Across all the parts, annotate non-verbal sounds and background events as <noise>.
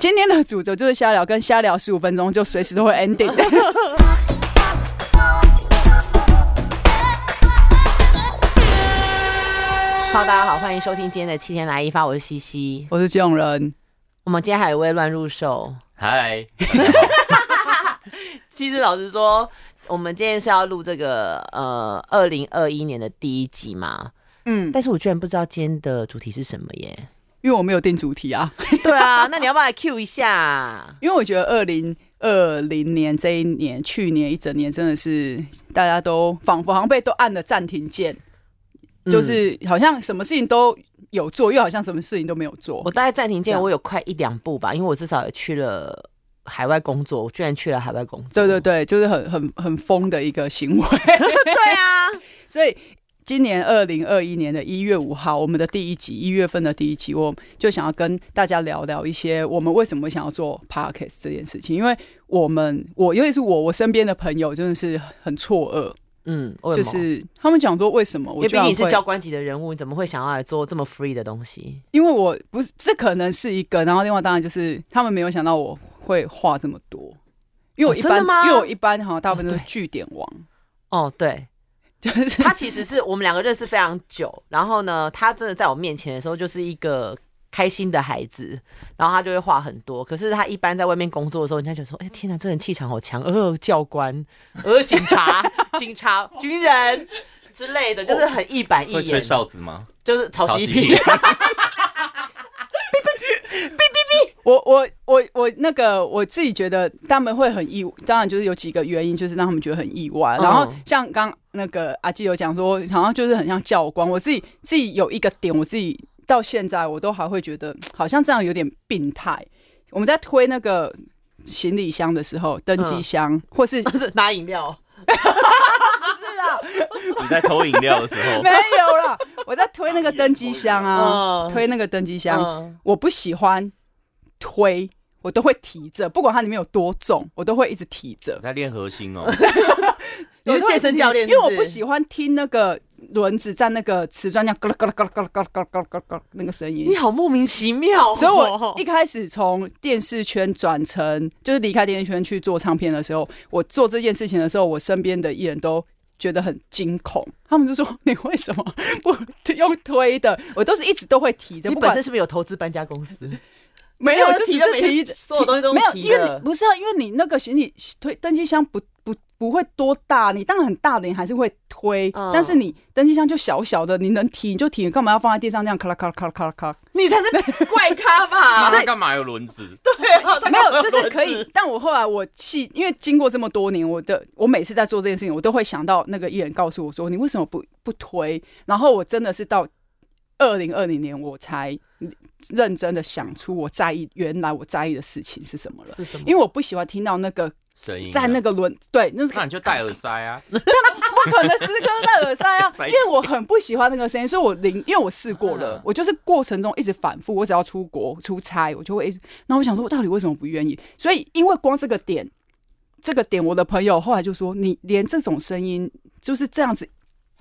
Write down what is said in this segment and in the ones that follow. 今天的主轴就是瞎聊，跟瞎聊十五分钟就随时都会 ending。 Hello，大家好，欢迎收听今天的七天来一发，我是西西。我是这种人，我们今天还有一位乱入手，嗨，其实老实说，我们今天是要录这个呃二零二一年的第一集嘛，嗯，但是我居然不知道今天的主题是什么耶。因为我没有定主题啊，对啊，那你要不要来 Q 一下？因为我觉得二零二零年这一年，去年一整年真的是大家都仿佛好像被都按了暂停键， <laughs> 嗯就是好像什么事情都有做，又好像什么事情都没有做嗯我。大概暂停这键，样我有快一两步吧，因为我至少也去了海外工作，我居然去了海外工 <laughs> 作。对对对，就是很很很疯的一个行为。对啊，所以今年二零二一年的一月五号，我们的第一集，一月份的第一集，我就想要跟大家聊聊一些我们为什么想要做 podcast 这件事情，因为我们我尤其是我我身边的朋友真的是很错愕，嗯，为就什么是他们讲说为什么因我为居毕然竟是会教官级的人物，你怎么会想要来做这么 free 的东西？因为我不是这可能是一个，然后另外当然就是他们没有想到我会话这么多。因为我哦一真的般，吗因为我一般好像大部分都哦是对据点王，哦，对， <laughs> 就是他其实是我们两个认识非常久，然后呢，他真的在我面前的时候就是一个开心的孩子，然后他就会话很多。可是他一般在外面工作的时候，人家就说：“哎、天哪，这人气场好强，呃，教官，呃，警察，警察，军人之类的，就是很一板一会吹眼，哨子吗？就是曹曹西西 <laughs> 平。我我我我那个我自己觉得他们会很意，当然就是有几个原因，就是让他们觉得很意外。嗯然后像刚那个阿基有讲说，好像就是很像教官。我自己自己有一个点，我自己到现在我都还会觉得好像这样有点病态。我们在推那个行李箱的时候，登机嗯箱、或是不是拿饮料。是啊，你在偷饮料的时 <laughs> 候没，有啦，我在推那个登机箱啊，嗯推那个登机箱，嗯我不喜欢推，我都会提着，不管它里面有多重，我都会一直提着我。在练核心 <laughs> 哦。你是健身教练因为我是不不是喜欢听那个轮子在那个瓷砖这样咯咯咯咯咯咯咯咯咯那个声音你。好莫名其妙哦、所以我一开始从电视圈转成，就是离开电视圈去做唱片的时候，我做这件事情的时候，我身边的艺人都觉得很惊恐，他们就说：“ <laughs> 你为什么不 <laughs> 用推的？”我都是一直都会提着， <laughs> 你不本管身是不是有投资搬家公 <laughs> 司？没有，没有就只提是的每提次所有东西都没有，提因为的你不是啊，因为你那个行李推登机箱不不不会多大，你当然很大的你还是会推，嗯但是你登机箱就小小的，你能提你就提，你干嘛要放在地上这样咔啦咔啦咔啦咔啦咔啦？你才是怪 <laughs> 咖吧？那干嘛有轮子？对啊，他没干嘛有，就是轮可以子。。但我后来我气，因为经过这么多年，我的我每次在做这件事情，我都会想到那个艺人告诉我说你为什么不不推，然后我真的是到。二零二零年，我才认真的想出我在意，原来我在意的事情是什么了。是什么？因为我不喜欢听到那个声音啊在那个轮对，那是那你就戴耳塞啊。，不可能时刻戴耳塞啊 <laughs> 塞因为我很不喜欢那个声音，所以我零，因为我试过了啊，我就是过程中一直反复，我只要出国出差，我就会一直，那我想说，我到底为什么不愿意？所以因为光这个点，这个点，我的朋友后来就说，你连这种声音就是这样子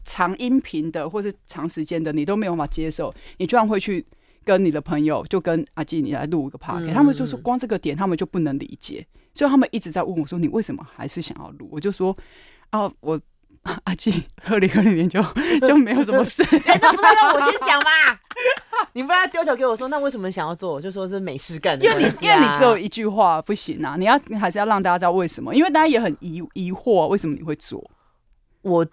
长音频的，或是长时间的，你都没有办法接受，你居然会去。跟你的朋友，就跟阿基你来录一个 p a r t 嗯他们就说光这个点他们就不能理解，所以他们一直在问我说你为什么还是想要录？我就说啊，我阿基 <laughs> 二零二零年就就没有什么事，哎，那不是让我先讲吗？ <laughs> 你不然丢球给我说，那为什么想要做？我就说是没事干 <laughs> 的因为关系你啊、因为你只有一句话不行啊，你要你还是要让大家知道为什么，因为大家也很疑疑惑为什么你会做，我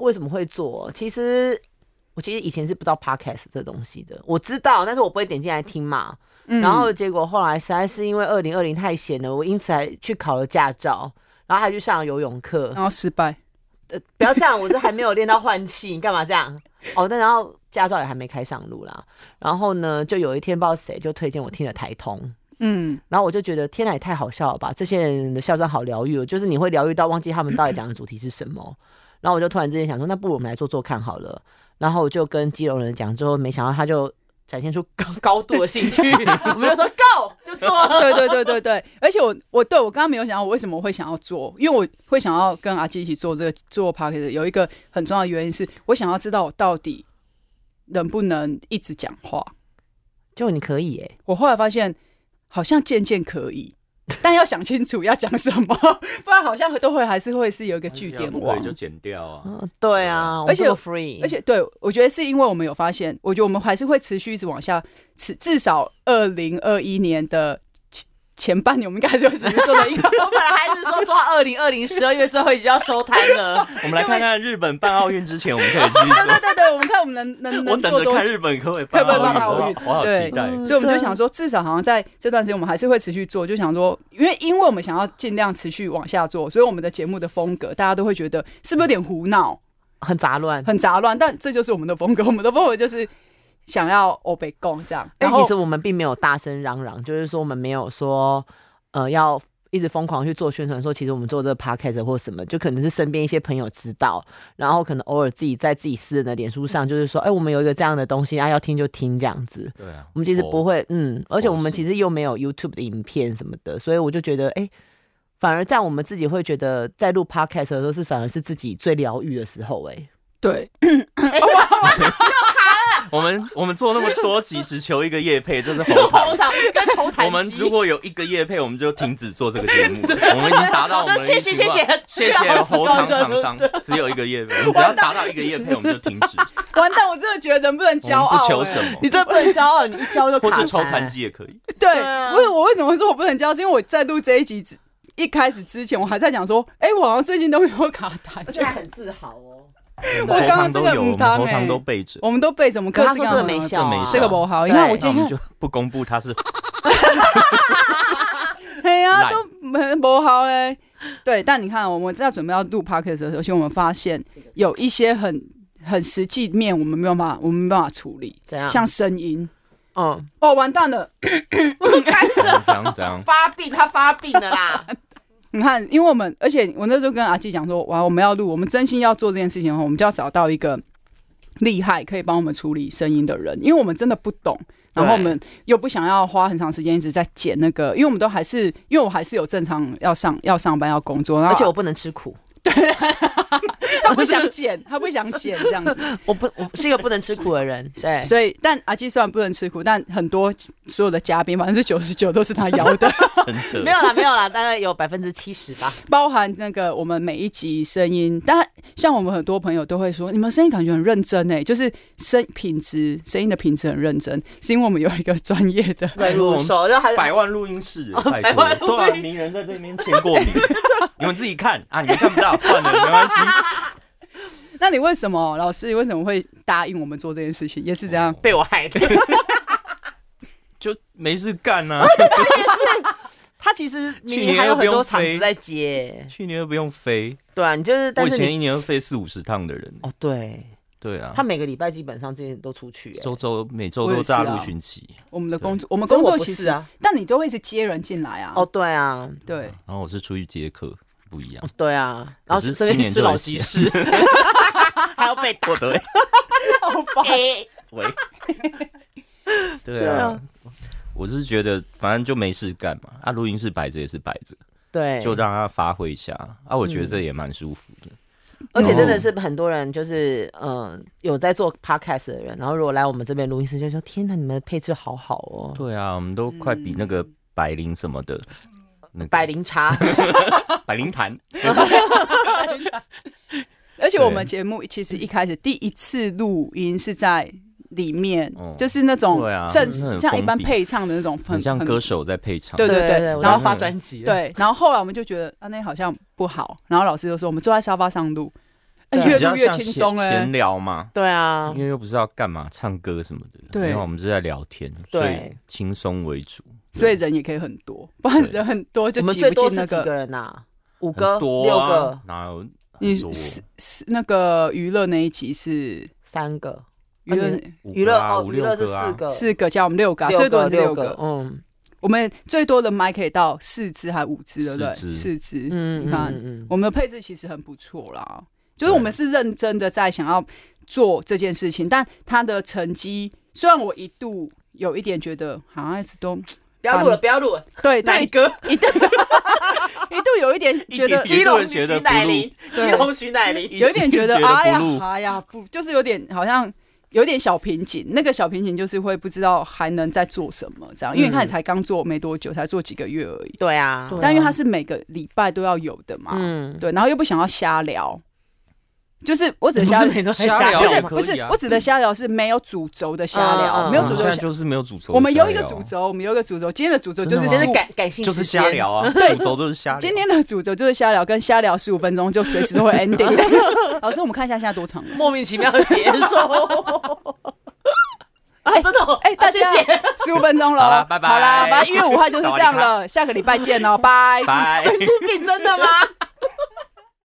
为什么会做？其实我其实以前是不知道 podcast 这东西的，我知道，但是我不会点进来听嘛。嗯然后结果后来实在是因为二零二零太闲了，我因此还去考了驾照，然后还去上了游泳课。然后失败，呃，不要这样，我是还没有练到换气，你干嘛这样？哦，那然后驾照也还没开上路啦。然后呢，就有一天不知道谁就推荐我听了台通，嗯，然后我就觉得天哪，也太好笑了吧！这些人的笑声好疗愈哦，就是你会疗愈到忘记他们到底讲的主题是什么。然后我就突然之间想说，那不如我们来做做看好了。然后我就跟基隆人讲之后，没想到他就展现出高 <laughs> 高度的兴趣，我们就说 go 就做 <laughs> 了。对对对对对，而且我我对我刚刚没有想到我为什么会想要做，因为我会想要跟阿基一起做这个做 p a r k e t 有一个很重要的原因是我想要知道我到底能不能一直讲话，就你可以哎、我后来发现，好像渐渐可以，但要想清楚要讲什么， <laughs> 不然好像都会还是会是有一个据点不可网以。就剪掉啊。嗯，对啊，而且我们这么 free，而且，对我觉得是因为我们有发现，我觉得我们还是会持续一直往下，持至少二零二一年的前前半年，我们应该还是会持续做的，因为 <laughs> 我本来还是说做到二零二零十二月最后一集要收摊了，我们来看看日本办奥运之前，我们可 <laughs> 以继对续做。啊对对，我们看我们能能 <laughs> 我能等做着多看久。日本可不可以可办不可以办奥奥运啊运我好，我好对期待。所以我们啊就想说，至少好像在这段时间，我们还是会持续做，就想说，因为因为我们想要尽量持续往下做，所以我们的节目的风格，大家都会觉得是不是有点胡闹、 <laughs> 很杂乱。很杂乱？但这就是我们的风格，我们的风格就是想要欧北共这样。然但后哎其实我们并没有大声嚷嚷，就是说我们没有说呃要一直疯狂去做宣传，说其实我们做这个 podcast 或什么，就可能是身边一些朋友知道，然后可能偶尔自己在自己私人的脸书上，就是说，哎、我们有一个这样的东西啊，要听就听这样子。对啊，我们其实不会。会，嗯，而且我佛们系其实又没有 YouTube 的影片什么的，所以我就觉得，哎、反而在我们自己会觉得，在录 podcast 的时候是反而是自己最疗愈的时候、哎，对，我们 <laughs> 我们做那么多集，只求一个叶配，就是 <laughs> 红毯。糖跟红我们如果有一个叶配，我们就停止做这个节目。我们已经达到我们的谢谢预期了谢谢谢谢喉糖厂商，只有一个叶配，我们只要达到一个叶配，我们就停止，完蛋，我真的觉得能不能骄我傲、们不求欸什么你，这不能骄傲，你一骄就或卡是抽痰痰机也可以。对，对啊为我为什么说我不能教？是因为我在录这一集之一开始之前，我还在讲说，哎、我好像最近都没有卡痰，而且还很自豪哦。我们我喉刚糖刚都这个有，我嗯们当喉欸糖都备着。我们都被什么各可他式说各这样的个没效、这没啊，效这个不好，你看对我那今我们天就 <laughs> 不公布它是 <laughs> 哎呀懒都没不好嘞。对，但你看，我们在准备要录 podcast 的时候，其实我们发现有一些很很实际面，我们没有办法，我们没办法处理，怎样？像声音，嗯，哦，完蛋了。怎样怎样 <laughs> 怎样，发病，他发病了啦。你看，因为我们，而且我那时候跟阿纪讲说，哇，我们要录，我们真心要做这件事情的话，我们就要找到一个厉害可以帮我们处理声音的人，因为我们真的不懂，然后我们又不想要花很长时间一直在剪那个，因为我们都还是，因为我还是有正常要上要上班要工作，然后 <laughs> 而且我不能吃苦， <laughs> 他不想剪，他不想剪这样 <laughs> 子，我不，我是一个不能吃苦的 <laughs> 人。对，所以但阿纪虽然不能吃苦，但很多所有的嘉宾百分之九十九都是他邀 <laughs> 的，真没的有啦，没有啦，大概有百分之七十 <laughs> 吧。包含那个我们每一集声音，当然像我们很多朋友都会说，你们声音感觉很认真哎，就是声品质声音的品质很认真，是因为我们有一个专业的，拜托我们手，然后还百万录音室，拜百托，万录音多少名人在这边签过名，你们自己看啊，你们看不到， <laughs> 算了，没关系。那你为什么老师为什么会答应我们做这件事情？也是这样，被我害 <laughs> 的。就没事干啊呐、他其实明去年明还又有不很用多场飞子在接，去年又不用飞，对啊，你就是，我但以是前你一年要飞四五十趟的人。哦，对对啊，他每个礼拜基本上之前都出去、欸，周周每周我也都是啊大陆巡骑，我们的工作，我们可是啊工我作不其是实，啊，但你都会一直接人进来啊，哦，对啊，对，然后我是出去接客，不 <laughs> 一样。对啊，然后可是顺今便年是就老有骑写士，还要被打 <laughs> 我。对， <laughs> 好 <laughs> 吧，喂，对啊，我是觉得反正就没事干嘛，啊，录音室摆着也是摆着，对，就让它发挥一下。啊，我嗯觉得这也蛮舒服的。而且真的哦是很多人，就是嗯、呃有在做 podcast 的人，然后如果来我们这边录音室，就说：“天哪，你们的配置好好哦，对啊，我们都快比那个百灵什么的，那个百灵茶。百灵坛，而且我们对节目其实一开始第一次录音是在里面，哦就是那种对啊正真的式很像一般封闭配唱的那种，很像很歌手在配唱。对对对对，我然后要发专辑。，对，然后后来我们就觉得啊，那好像不好。然后老师就说，我们坐在沙发上录，哎、对越啊比较录越像轻闲松哎、闲聊嘛，对啊因，为又不知道干嘛，唱歌什么的。对然后我们就在聊天，对所以轻松为主。所以人也可以很多，不然人很多就我们挤最不多进那是几个。个人呐、五很个、多六啊个、哪有很你多啊是是那个娱乐那一集是三个。娱乐、啊你五娱个乐啊哦，五娱六乐是个啊四个，四个加我们六个啊、六最多人是六个，嗯我们最多的麦可以到四只还五只，对不对？四只四只，嗯你嗯看嗯嗯，我们的配置其实很不错啦，就是我们是认真的在想要做这件事情，但他的成绩虽然我一度有一点觉得好像一直都不要录了，不要录了，对奶对哥，一度 <laughs> 一度有一点觉得一点基一隆顿徐觉得不乃录麟，<laughs> 基对隆徐乃麟，有一点觉得觉得不哎呀入哎呀不就是有点好像有点小瓶颈，那个小瓶颈就是会不知道还能再做什么这样，因为他也才刚做没多久，才做几个月而已。对啊，但因为他是每个礼拜都要有的嘛，嗯，对，然后又不想要瞎聊，就是我指的不瞎是聊，每都瞎聊哦不也是可不是以啊，我指的瞎聊是没有主轴的瞎聊，嗯没有主嗯轴现的在瞎。就是没有主轴的瞎聊啊，我们有一个主轴，我们有一个主轴，今天的主轴就是真十就的吗是五，感感性就是时间瞎，聊啊，对主轴就是瞎聊。今天的主轴就是瞎聊，跟瞎聊十五分钟就随时都会 <laughs> ending。老师，我们看一下现在多长了？莫名其妙的结束。啊，真的哦， <laughs> 哎，大啊家谢谢。十五分钟了，好啦拜拜哦 <laughs> 好啦，反正一月五号就是这样了，下个礼拜见哦，拜。拜。 <laughs> 病真的吗？